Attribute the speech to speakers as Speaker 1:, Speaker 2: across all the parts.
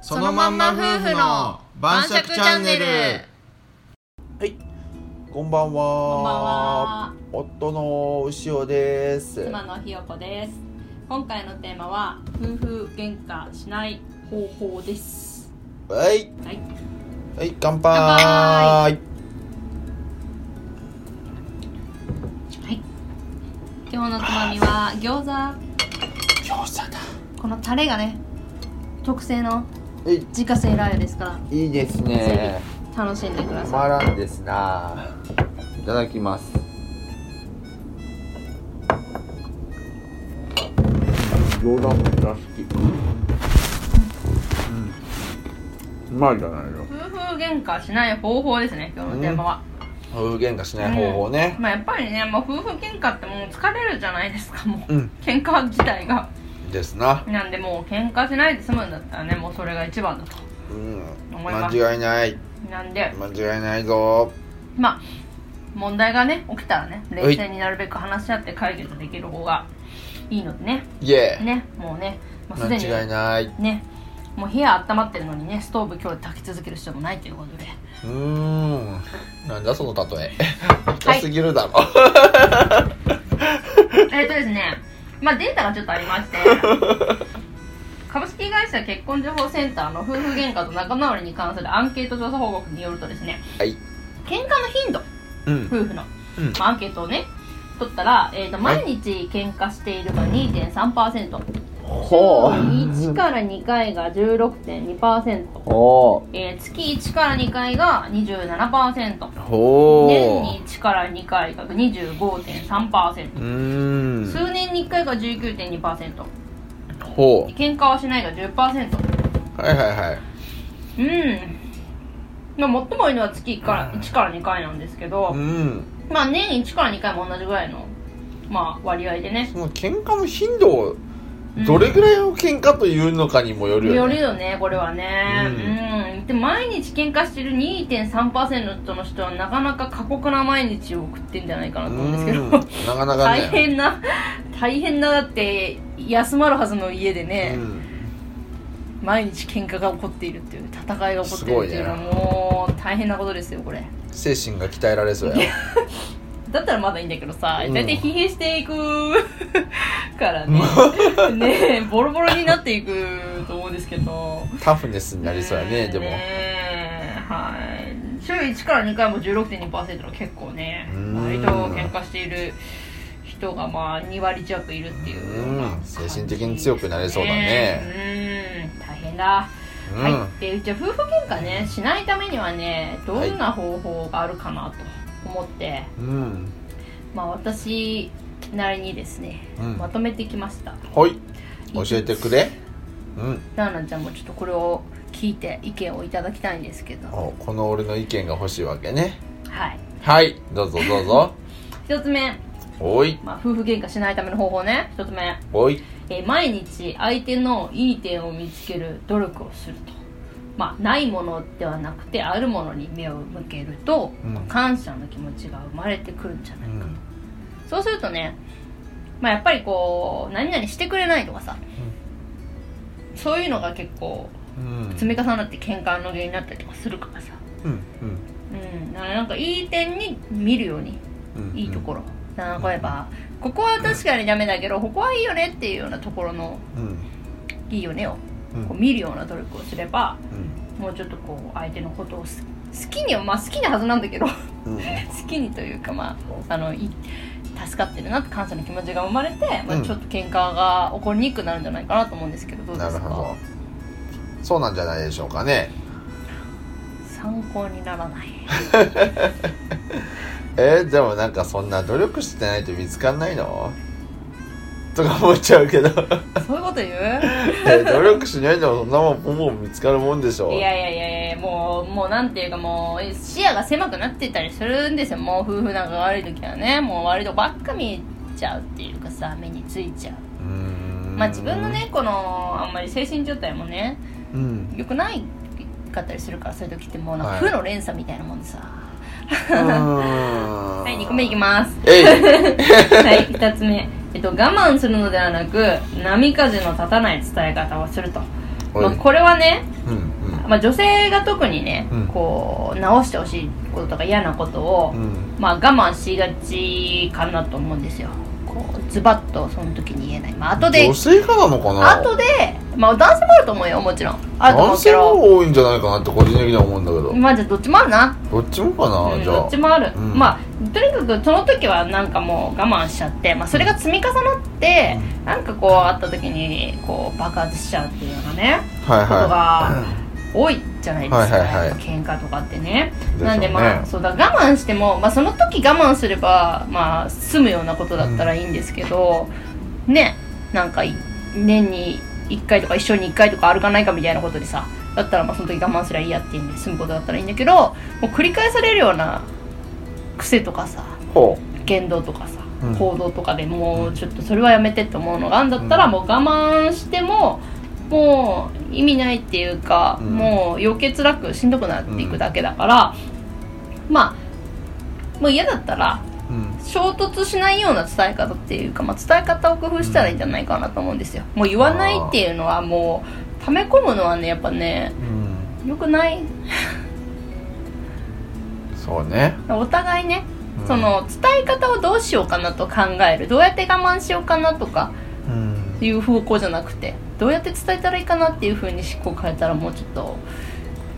Speaker 1: そのまんま夫婦の晩酌チャンネル
Speaker 2: こんばんは。
Speaker 1: こんばんは
Speaker 2: 夫の牛尾です。
Speaker 1: 妻のひよこです今回のテーマは夫婦喧嘩しない方法です
Speaker 2: はい、
Speaker 1: はい
Speaker 2: はい、乾
Speaker 1: 乾
Speaker 2: 杯。
Speaker 1: 今日のつまみは餃子
Speaker 2: 餃子だ。
Speaker 1: このタレがね特製の
Speaker 2: はい、
Speaker 1: 自家製ラー油ですから
Speaker 2: いいですね
Speaker 1: ぜ。ひ楽しんでくだ
Speaker 2: た
Speaker 1: さ
Speaker 2: まらんですな。いただきます。餃子めっちゃ好き。うん。うまいじゃないよ
Speaker 1: い。夫婦喧嘩しない方法ですね今日のテーマは、
Speaker 2: 夫婦喧嘩しない方法ね。
Speaker 1: まあやっぱりねもう夫婦喧嘩ってもう疲れるじゃないですかもう、
Speaker 2: うん
Speaker 1: 喧嘩自体が
Speaker 2: ですな。
Speaker 1: なんでもう喧嘩しないで済むんだったらねもうそれが一番だと
Speaker 2: うん。
Speaker 1: 思いま
Speaker 2: 間
Speaker 1: す
Speaker 2: 違いない。
Speaker 1: なんで
Speaker 2: 間違いないぞ。
Speaker 1: まあ問題がね起きたらね
Speaker 2: はい
Speaker 1: 冷静になるべく話し合って解決できる方がいいのでね
Speaker 2: イエー。
Speaker 1: ねもうねもうすでに
Speaker 2: 間違いない。う
Speaker 1: ねもう部屋温まってるのにねストーブ今日で炊き続ける必要もないという ことで
Speaker 2: ーん。なんだその例え。
Speaker 1: は
Speaker 2: 痛
Speaker 1: い
Speaker 2: すぎるだろ。
Speaker 1: えっとですねまあデータがちょっとありま して株式会社結婚情報センターの夫婦喧嘩と仲直りに関するアンケート調査報告によるとですね
Speaker 2: はい。
Speaker 1: 喧嘩の頻度
Speaker 2: うん。
Speaker 1: 夫婦の、
Speaker 2: うん
Speaker 1: まあ、アンケートをね取ったら、えー、と
Speaker 2: はい
Speaker 1: 毎日喧嘩しているが2.3%
Speaker 2: ほ
Speaker 1: 1から2回が16.2%、
Speaker 2: ほ
Speaker 1: えー、月1から2回が27%
Speaker 2: う。ほ
Speaker 1: 年に1から2回が25.3%
Speaker 2: う。うーん。
Speaker 1: 数年に1回が19.2%
Speaker 2: ほ
Speaker 1: 喧嘩はしないが10%
Speaker 2: う。はいはいはい。
Speaker 1: うんまあ最も多いのは月1から1から2回なんですけど
Speaker 2: う、ん。
Speaker 1: まあ年1から2回も同じぐらいの、まあ、割合でね
Speaker 2: その喧嘩の頻度を
Speaker 1: うん
Speaker 2: どれぐらいの喧嘩というのかにもよる
Speaker 1: よ
Speaker 2: よ
Speaker 1: る
Speaker 2: ね。
Speaker 1: よねこれはねうん、で毎日喧嘩してる2.3%の人はなかなか過酷な毎日を送ってんじゃないか
Speaker 2: う
Speaker 1: なと思うんですけ
Speaker 2: ん。
Speaker 1: ど
Speaker 2: なかなか
Speaker 1: 大
Speaker 2: ね。
Speaker 1: 変な大変なだって休まるはずの家でね
Speaker 2: う、ん。
Speaker 1: 毎日喧嘩が起こっているっていう戦いが起こっているっていうのは
Speaker 2: す
Speaker 1: もう大変なことですよこれ
Speaker 2: 精神が鍛えられそうや。
Speaker 1: だったらまだいいんだけどさ
Speaker 2: うん
Speaker 1: 大体疲弊していく か らねねボロボロになっていくと思うんですけど
Speaker 2: タフネスになりそうやね、でも。
Speaker 1: ねえはい週1から2回も16.2%の結構ね
Speaker 2: うーん
Speaker 1: 割と喧嘩している人がまあ2割弱いるっていうような
Speaker 2: う
Speaker 1: 感
Speaker 2: ん
Speaker 1: じ
Speaker 2: 精神的に強くなれそうだね
Speaker 1: うん大変だ、
Speaker 2: う
Speaker 1: は
Speaker 2: ん
Speaker 1: い。でじゃあ夫婦喧嘩ねしないためにはねどんな方法があるかなと思って、
Speaker 2: うん。
Speaker 1: まあ私なりにですね、
Speaker 2: うん
Speaker 1: まとめてきました
Speaker 2: はい。教えてくれ。うん。
Speaker 1: なあなちゃんもちょっとこれを聞いて意見をいただきたいんですけどは
Speaker 2: おこの俺の意見が欲しいわけね
Speaker 1: い
Speaker 2: はいどうぞどうぞ
Speaker 1: 一つ目
Speaker 2: おい
Speaker 1: まあ、夫婦喧嘩しないための方法ね一つ目、
Speaker 2: おい
Speaker 1: えー毎日相手のいい点を見つける努力をするとまあないものではなくてあるものに目を向けると、
Speaker 2: うん
Speaker 1: まあ感謝の気持ちが生まれてくるんじゃ
Speaker 2: う
Speaker 1: ないか、
Speaker 2: ん
Speaker 1: そうするとねまあやっぱりこう何々してくれないとかさ、そういうのが結構
Speaker 2: うん
Speaker 1: 積み重なって喧嘩の原因になったりとかするからさ
Speaker 2: うんうん
Speaker 1: うんだからなんかいい点に見るように
Speaker 2: うん
Speaker 1: いいところ、なんか例えばここは確かにダメだけどここはいいよねっていうようなところの
Speaker 2: うん
Speaker 1: いいよねを
Speaker 2: うん
Speaker 1: こう見るような努力をすれば
Speaker 2: うん
Speaker 1: もうちょっとこう相手のことをす好きにはまあ好きなはずなんだけど 好
Speaker 2: うん
Speaker 1: きにというかまああのい助かってるなって感謝の気持ちが生まれて、ま
Speaker 2: う
Speaker 1: あ、
Speaker 2: ん
Speaker 1: ちょっと喧嘩が起こりにくくなるんじゃないかなと思うんですけどどうで
Speaker 2: な
Speaker 1: す
Speaker 2: る
Speaker 1: か
Speaker 2: ほどそうなんじゃないでしょうかね
Speaker 1: 参考にならない
Speaker 2: えー、でもなんかそんな努力してないと見つかんないのとか思っちゃう けど
Speaker 1: そういうこと言う
Speaker 2: え努力しないでもそんなもんポンポン見つかるもんでしょう
Speaker 1: いやいやいやいやもうもうなんていうかもう視野が狭くなってたりするんですよもう夫婦なんか悪い時はねもう悪いとこばっか見えちゃうっていうかさ目についちゃう
Speaker 2: うーん
Speaker 1: まあ自分のねこのあんまり精神状態もね
Speaker 2: うん
Speaker 1: 良くないかったりするからそういう時ってもうなん
Speaker 2: は
Speaker 1: か
Speaker 2: い
Speaker 1: 負の連鎖みたいなもんでさ
Speaker 2: は
Speaker 1: はい2個目いきます
Speaker 2: えい
Speaker 1: はい2つ目えっと我慢するのではなく波風の立たない伝え方をすると
Speaker 2: おい
Speaker 1: まあ、これはね、
Speaker 2: うんうん
Speaker 1: まあ、女性が特にね、
Speaker 2: うん
Speaker 1: こう直してほしいこととか嫌なことを、
Speaker 2: うん
Speaker 1: まあ、我慢しがちかなと思うんですよこうズバッとその時に言えない、まあ後で
Speaker 2: 女性化なのかな
Speaker 1: 後で、まあ、男性もあると思うよもちろんあると思
Speaker 2: 男
Speaker 1: うけ
Speaker 2: 性の
Speaker 1: ど
Speaker 2: 方が多いんじゃないかなって個人的には思うんだけど、
Speaker 1: まあじゃあどっちもあるな
Speaker 2: どっちもかな、
Speaker 1: うん
Speaker 2: じゃ
Speaker 1: ど
Speaker 2: あ
Speaker 1: っちもある、
Speaker 2: うん
Speaker 1: まあとにかくその時はなんかもう我慢しちゃって、まあ、それが積み重なって、なんかこうあった時にこう爆発しちゃうっていうのがね
Speaker 2: はい
Speaker 1: こと
Speaker 2: は
Speaker 1: が多いじゃないですか、
Speaker 2: はいはいはい
Speaker 1: やっぱ喧嘩とかってね
Speaker 2: でしょうね
Speaker 1: なんでまあそうだ我慢しても、まあ、その時我慢すればまあ済むようなことだったらいいんですけど、ねなんかい年に1回とか一生に1回とか歩かないかみたいなことでさだったらまあその時我慢すりゃいいやっていうんで済むことだったらいいんだけどもう繰り返されるような癖とかさ
Speaker 2: いほ
Speaker 1: 言動とかさ、
Speaker 2: うん
Speaker 1: 行動とかでもうちょっとそれはやめてって思うのがあるんだったらもう我慢してももう意味ないっていうか、
Speaker 2: うん
Speaker 1: もう余計辛くしんどくなっていくだけだから、まあもう嫌だったら
Speaker 2: う、うん、
Speaker 1: 衝突しないような伝え方っていうか、まあ、伝え方を工夫したらいいんじゃないかなと思うんですよもう言わないっていうのはもう溜め込むのはねやっぱね
Speaker 2: うん、
Speaker 1: 良くない
Speaker 2: そうね
Speaker 1: お互いね
Speaker 2: うん
Speaker 1: その伝え方をどうしようかなと考えるどうやって我慢しようかなとか
Speaker 2: うん
Speaker 1: いう方向じゃなくてどうやって伝えたらいいかなっていう風に思考変えたらもうちょっと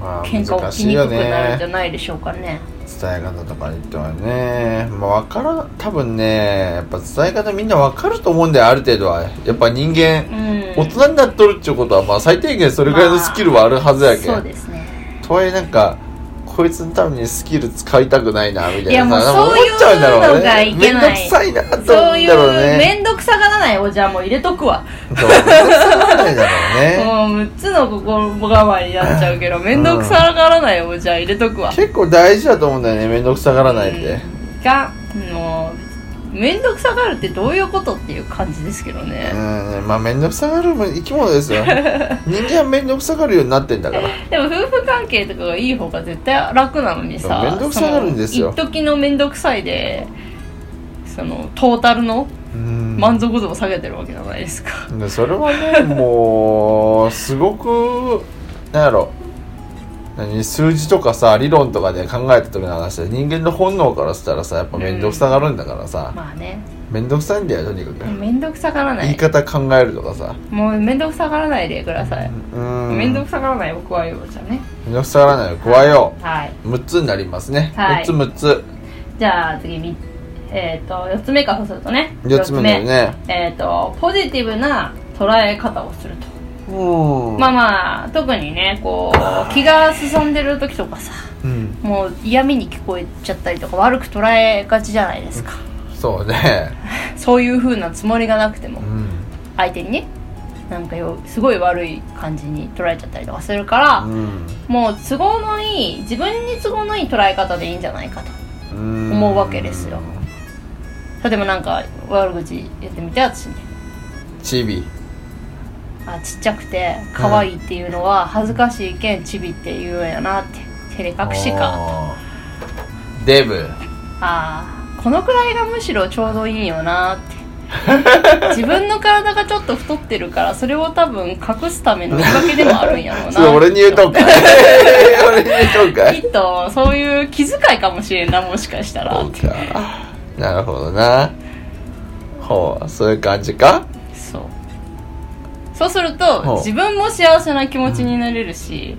Speaker 2: まあ
Speaker 1: 喧嘩
Speaker 2: 難
Speaker 1: 起き
Speaker 2: しい
Speaker 1: にく
Speaker 2: よ
Speaker 1: くなるんじゃ
Speaker 2: ね
Speaker 1: ないでしょうかね
Speaker 2: 伝え方とかにってはねまあ分からん多分ねやっぱ伝え方みんな分かると思うんだよある程度はやっぱ人間、
Speaker 1: うん
Speaker 2: 大人になっとるっていうことはまあ最低限それぐらいのスキルはあるはずやけん、
Speaker 1: そうですね
Speaker 2: とはいえなんかこいつのためにスキル使いたくないなみたいなさ
Speaker 1: いやもう
Speaker 2: なんか
Speaker 1: そういう
Speaker 2: 思っちゃうんだろう
Speaker 1: のがい
Speaker 2: ね
Speaker 1: け
Speaker 2: めんど
Speaker 1: ない
Speaker 2: くさいなと思うん
Speaker 1: そうい
Speaker 2: だろう
Speaker 1: う
Speaker 2: ね
Speaker 1: 面倒くさがらないおじゃもう入れとくわ
Speaker 2: そうめんどくさいだろうね
Speaker 1: もう6つの心構えになっちゃうけど面倒くさがらないおじゃ入れとくわ
Speaker 2: 結構大事だと思うんだよねめんどくさがらないって、
Speaker 1: うんがもう面倒くさがるってどういうことっていう感じですけどね
Speaker 2: うんまあ面倒くさがる生き物 ですよ人間は面倒くさがるようになってんだから
Speaker 1: でも夫婦関係とかがいい方が絶対楽なのにさ
Speaker 2: 面倒くさがるんですよ
Speaker 1: その一時の面倒くさいでそのトータルの
Speaker 2: うん
Speaker 1: 満足度を下げてるわけじゃないですか、
Speaker 2: でそれはねもうすごくなんやろ何数字とかさ理論とかで考えた時の話で人間の本能からしたらさやっぱ面倒くさがるんだからさ、
Speaker 1: まあね
Speaker 2: 面倒くさいんだよとにかく、
Speaker 1: 面倒くさがらな
Speaker 2: 言い
Speaker 1: い
Speaker 2: 方考えるとかさ
Speaker 1: もう面倒くさがらないでください
Speaker 2: うん
Speaker 1: 面倒、
Speaker 2: く
Speaker 1: くさがらない僕はようじゃね
Speaker 2: くさがらないを加えよ
Speaker 1: はいう
Speaker 2: 6つになりますね、
Speaker 1: はい
Speaker 2: 6つ6
Speaker 1: じゃあ次みえっ、と4つ目からするとね
Speaker 2: つ4つ目だよね
Speaker 1: 四つ目えっ、とポジティブな捉え方をすると
Speaker 2: うん
Speaker 1: まあまあ特にねこう気が進んでる時とかさ
Speaker 2: うん
Speaker 1: もう嫌味に聞こえちゃったりとか悪く捉えがちじゃないですか、
Speaker 2: そうね
Speaker 1: そういう風なつもりがなくても
Speaker 2: うん
Speaker 1: 相手にねなんかよすごい悪い感じに捉えちゃったりとかするから、
Speaker 2: うん
Speaker 1: もう都合のいい自分に都合のいい捉え方でいいんじゃないかと
Speaker 2: うん
Speaker 1: 思うわけですよ例えばなんか悪口言ってみて私に
Speaker 2: チビ
Speaker 1: あちっちゃくて可愛いっていうのは恥ずかしいけんちびって言うんやなって照れ隠しか
Speaker 2: あーデブ
Speaker 1: あーこのくらいがむしろちょうどいいよなって 自分の体がちょっと太ってるからそれを多分隠すための仕掛けでもあるんやろ う
Speaker 2: それ
Speaker 1: な
Speaker 2: 俺に言うとん かい俺に言うとんか
Speaker 1: き
Speaker 2: い
Speaker 1: っとそういう気遣いかもしれんなもしかしたら
Speaker 2: そうかなるほどなほうそういう感じか
Speaker 1: そうそうすると
Speaker 2: ほう
Speaker 1: 自分も幸せな気持ちになれるし、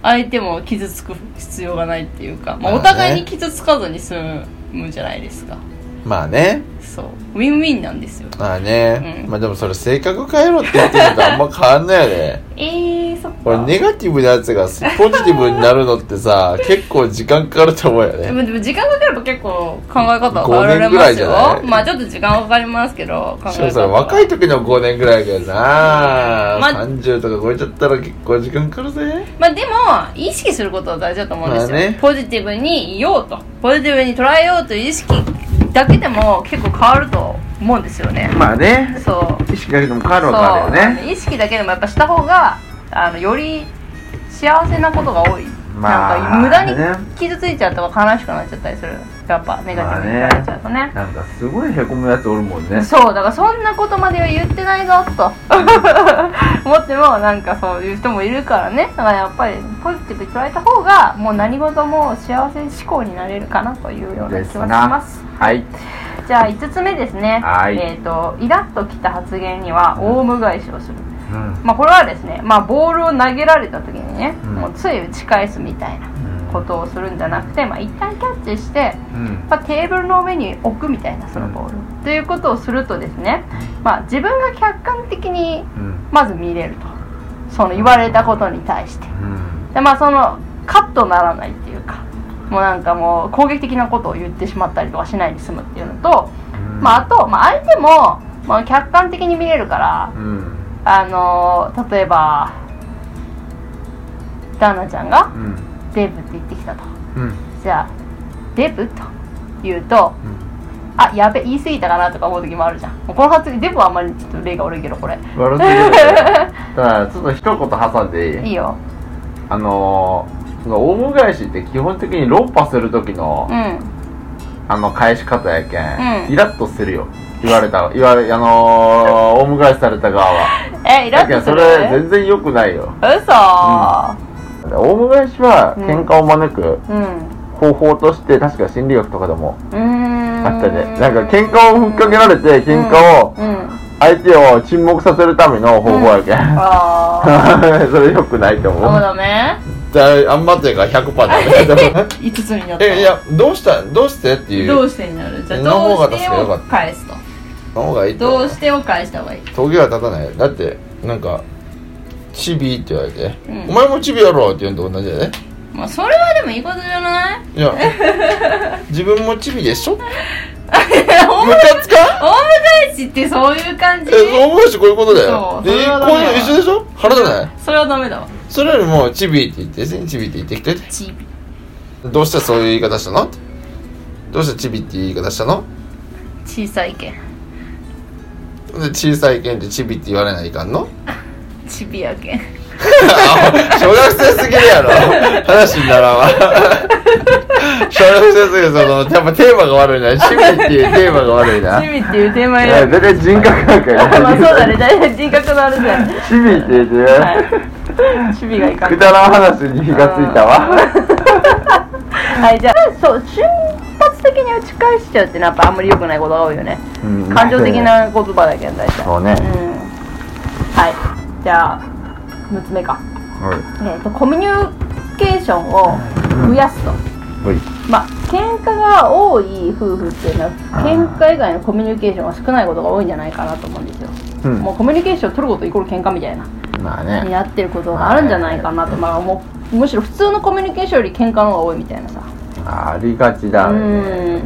Speaker 1: 相手も傷つく必要がないっていうか、まあ、
Speaker 2: まあね
Speaker 1: お互いに傷つかずに済むじゃないですか
Speaker 2: まあね
Speaker 1: そうウィンウィンなんですよ
Speaker 2: まあね、
Speaker 1: うん
Speaker 2: まあでもそれ性格変えろって言ってるのとあんま変わんないよね
Speaker 1: えー、そっ
Speaker 2: 俺
Speaker 1: か
Speaker 2: ネガティブなやつがポジティブになるのって さ結構時間かかると思うよ
Speaker 1: で
Speaker 2: ね
Speaker 1: もでも時間かかれば結構考え方は変わられ
Speaker 2: 5年ぐらい
Speaker 1: ます
Speaker 2: じ
Speaker 1: よ
Speaker 2: ゃない
Speaker 1: まあちょっと時間はかかりますけど考
Speaker 2: しか
Speaker 1: え
Speaker 2: もそれ
Speaker 1: 方
Speaker 2: 若い
Speaker 1: い
Speaker 2: 時の5年ぐらいだけどな、
Speaker 1: まあ
Speaker 2: 30とか超えちゃったら結構時間かかるぜ
Speaker 1: まあでも意識することは大事だと思うんです
Speaker 2: ま
Speaker 1: よ、
Speaker 2: あね
Speaker 1: ポジティブにいようとポジティブに捉えようという意識だけでも結構変わると思うんですよね
Speaker 2: まあね
Speaker 1: そう
Speaker 2: 意識だけでも変わる
Speaker 1: そう
Speaker 2: わけあるよね
Speaker 1: あの意識だけでもやっぱした方があのより幸せなことが多い、
Speaker 2: まあ
Speaker 1: なんか無駄
Speaker 2: ね
Speaker 1: に傷ついちゃうとか悲しくなっちゃったりするですかやっぱネガティブに言われちゃうとね,、
Speaker 3: なんかすごいへこむやつおるもんね
Speaker 1: そうだからそんなことまでは言ってないぞと 思ってもなんかそういう人もいるからねだからやっぱりポジティブに捉えた方がもう何事も幸せ志向になれるかなというような
Speaker 3: で
Speaker 1: 気
Speaker 3: す
Speaker 1: はし
Speaker 3: な
Speaker 1: ます
Speaker 3: はい
Speaker 1: じゃあ5つ目ですね、
Speaker 3: はい
Speaker 1: えっ、とイラッときた発言にはオウム返しをする、
Speaker 3: うん
Speaker 1: まあ、これはですね、まあ、ボールを投げられた時にね、
Speaker 3: うん
Speaker 1: もうつい打ち返すみたいなことをするんじゃなくて、まあ、一旦キャッチして、
Speaker 3: うん
Speaker 1: まあ、テーブルの上に置くみたいなそのボールを、ということをするとですね、まあ、自分が客観的に
Speaker 3: うん
Speaker 1: まず見れるとその言われたことに対して
Speaker 3: うん
Speaker 1: でまあそのカッとならないっていうかもうなんかもう攻撃的なことを言ってしまったりとかしないで済むっていうのと、
Speaker 3: うん
Speaker 1: まあ、あと、まあ、相手も、まあ、客観的に見れるから
Speaker 3: うん
Speaker 1: あのー例えばダーナちゃんが
Speaker 3: うん
Speaker 1: デブって言ってきたと
Speaker 3: うん
Speaker 1: じゃあデブと言うと
Speaker 3: うん
Speaker 1: あやべ言い過ぎたかなとか思う時もあるじゃんもうこの発言デブはあんまりちょっと例が悪いけどこれ
Speaker 3: 悪すぎるだからちょっと一言挟んでいい
Speaker 1: いいよ
Speaker 3: あのーそのオウム返しって基本的に論破する時の
Speaker 1: うん
Speaker 3: あの返し方やけん、
Speaker 1: うん
Speaker 3: イラッとするよ言われた言われあのー、オウム返しされた側は
Speaker 1: えイ
Speaker 3: だ
Speaker 1: ラッ
Speaker 3: けど
Speaker 1: とす
Speaker 3: そ
Speaker 1: る
Speaker 3: れ全然良くないよ
Speaker 1: 嘘
Speaker 3: オウム返しは
Speaker 1: うん
Speaker 3: 喧嘩を招く
Speaker 1: うんう
Speaker 3: 方法として確か心理学とかでも
Speaker 1: ーん
Speaker 3: あったねなんか喧嘩をふっかけられて喧嘩を
Speaker 1: うん
Speaker 3: 相手を沈黙させるための方法やけん、
Speaker 1: あ
Speaker 3: それ良くないと
Speaker 1: あそう
Speaker 3: 思う
Speaker 1: だね
Speaker 2: じゃああんまっていうか100%だねで も
Speaker 1: 5つになった
Speaker 2: えいやどうしたどうしてっていう
Speaker 1: ど
Speaker 2: の
Speaker 1: うしてになるじゃあ
Speaker 2: の方
Speaker 1: ど
Speaker 2: が
Speaker 1: うして
Speaker 2: 助かる
Speaker 1: を
Speaker 2: よかった
Speaker 1: 返すと
Speaker 2: 方がいいと
Speaker 1: ど
Speaker 2: 思
Speaker 1: うしてを返した方がいい
Speaker 2: 峠は立たないだってなんかチビって言われて、
Speaker 1: うん
Speaker 2: お前もチビやろって言うのと同じだよね
Speaker 1: まあそれはでもいいことじゃない
Speaker 2: いや 自分もチビでしょム
Speaker 1: オウム
Speaker 2: カつかん
Speaker 1: 返しってそういう感じ
Speaker 2: え思うしこういうことだよ
Speaker 1: そう
Speaker 2: で
Speaker 1: それはダ
Speaker 2: こう
Speaker 1: メ
Speaker 2: い
Speaker 1: だ
Speaker 2: うの一緒でしょ腹じゃない
Speaker 1: それはダメだわ
Speaker 2: それよりもチビって言ってねチビって言ってきて
Speaker 1: チビ
Speaker 2: どうしてそういう言い方したのってどうしてチビっていう言い方したの
Speaker 1: 小さいけん
Speaker 2: で小さい犬ってチビって言われないかんの
Speaker 1: チビや けん
Speaker 2: 小学生すぎるやろ話にならんわ小学生すぎるそのやっぱテーマが悪いなチビっていうテーマが悪いな
Speaker 1: チビっていうテーマ
Speaker 3: い
Speaker 1: や
Speaker 3: や全然人格なんか
Speaker 1: まあそうだね大体人格のあれだよね
Speaker 3: チビって言ってね、
Speaker 1: はいチビがいかん
Speaker 3: くだらん話に火がついたわ
Speaker 1: はいじゃあそう瞬発的に打ち返しちゃうってのはやっぱあんまり良くないことが多いよね
Speaker 3: うん
Speaker 1: 感情的な言葉だけど大体
Speaker 3: そうね
Speaker 1: うんはいじゃあ6つ目か
Speaker 3: は
Speaker 1: えっとコミュニケーションを増やすと
Speaker 3: いはい
Speaker 1: まあ喧嘩が多い夫婦っていうのは喧嘩以外のコミュニケーションが少ないことが多いんじゃないかなと思うんですよ、
Speaker 3: うん
Speaker 1: もうコミュニケーションを取ることイコール喧嘩みたいな
Speaker 3: まあね
Speaker 1: になってることがあるんじゃないかなと、まあ、もうむしろ普通のコミュニケーションより喧嘩の方が多いみたいなさ
Speaker 3: ありがちだ
Speaker 1: う
Speaker 3: ね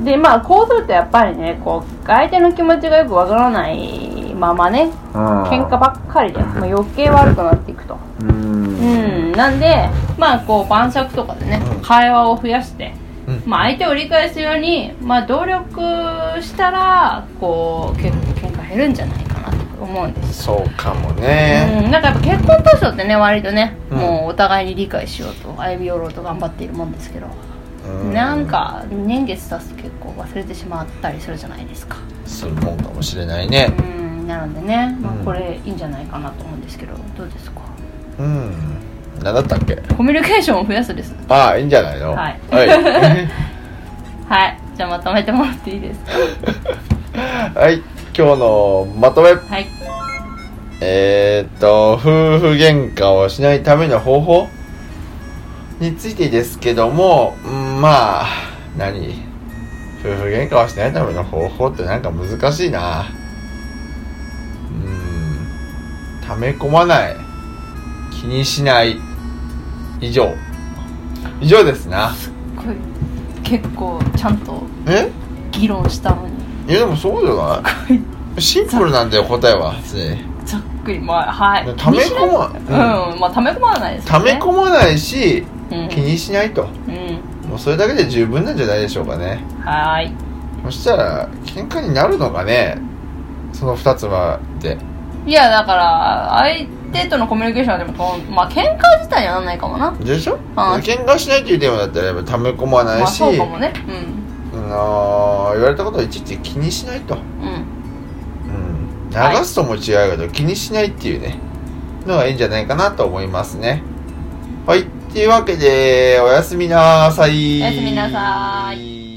Speaker 1: んでまあこうするとやっぱりねこう相手の気持ちがよくわからないままね
Speaker 3: うん
Speaker 1: 喧嘩ばっかりで、まあ、余計悪くなっていくと
Speaker 3: う
Speaker 1: うんんなんでまあこう晩酌とかでね会話を増やして、
Speaker 2: うん
Speaker 1: まあ、相手を理解するように、まあ、努力したらこう結構喧嘩減るんじゃないかなと思うんです
Speaker 2: そうかもね、
Speaker 1: うん、なんかやっぱ結婚当初ってね割とね、
Speaker 2: うん
Speaker 1: もうお互いに理解しようと歩み寄ろうと頑張っているもんですけど、
Speaker 2: う
Speaker 1: なんか年月経つと結構忘れてしまったりするじゃないですか
Speaker 2: するもんかもしれないね
Speaker 1: うんなのでね、まあ
Speaker 2: うん
Speaker 1: これいいんじゃないかなと思うんですけどどうですか
Speaker 2: うん何だったっけ
Speaker 1: コミュニケーションを増やすです
Speaker 2: ああいいんじゃないの
Speaker 1: はい
Speaker 2: はい、
Speaker 1: はいじゃあまとめてもらっていいですか
Speaker 2: はい、今日のまとめ
Speaker 1: はい
Speaker 2: えー、っと夫婦喧嘩をしないための方法についてですけどもうんまあ何夫婦喧嘩をしないための方法ってなんか難しいなうん溜め込まない気にしない以上以上ですな
Speaker 1: これ結構ちゃんと
Speaker 2: え
Speaker 1: 議論したのに
Speaker 2: いやでもそうじゃないシンプルなんだよ答えは常に
Speaker 1: ざっくりまあはい
Speaker 2: 溜め込ま
Speaker 1: 気にしないうんまあ溜め込まないです
Speaker 2: 溜
Speaker 1: よね
Speaker 2: め込まないし
Speaker 1: うん
Speaker 2: 気にしないと
Speaker 1: う
Speaker 2: もうそれだけで十分なんじゃないでしょうかね
Speaker 1: んはーい
Speaker 2: そしたら喧嘩になるのかねその2つはで
Speaker 1: いやだから相手とのコミュニケーションはでもとまあ喧嘩自体にはならないかもな
Speaker 2: でしょ
Speaker 1: はい
Speaker 2: 喧嘩しないというテーマだったらやっぱ溜め込まな
Speaker 1: ま
Speaker 2: い
Speaker 1: あ
Speaker 2: し、
Speaker 1: そうかもねうん
Speaker 2: の言われたことをいちいち気にしないと、
Speaker 1: うん
Speaker 2: うん、
Speaker 1: はい
Speaker 2: 流すとも違うけど気にしないっていうねのがいいんじゃないかなと思いますねはいっていうわけでおやすみなさい
Speaker 1: おやすみなさ
Speaker 2: い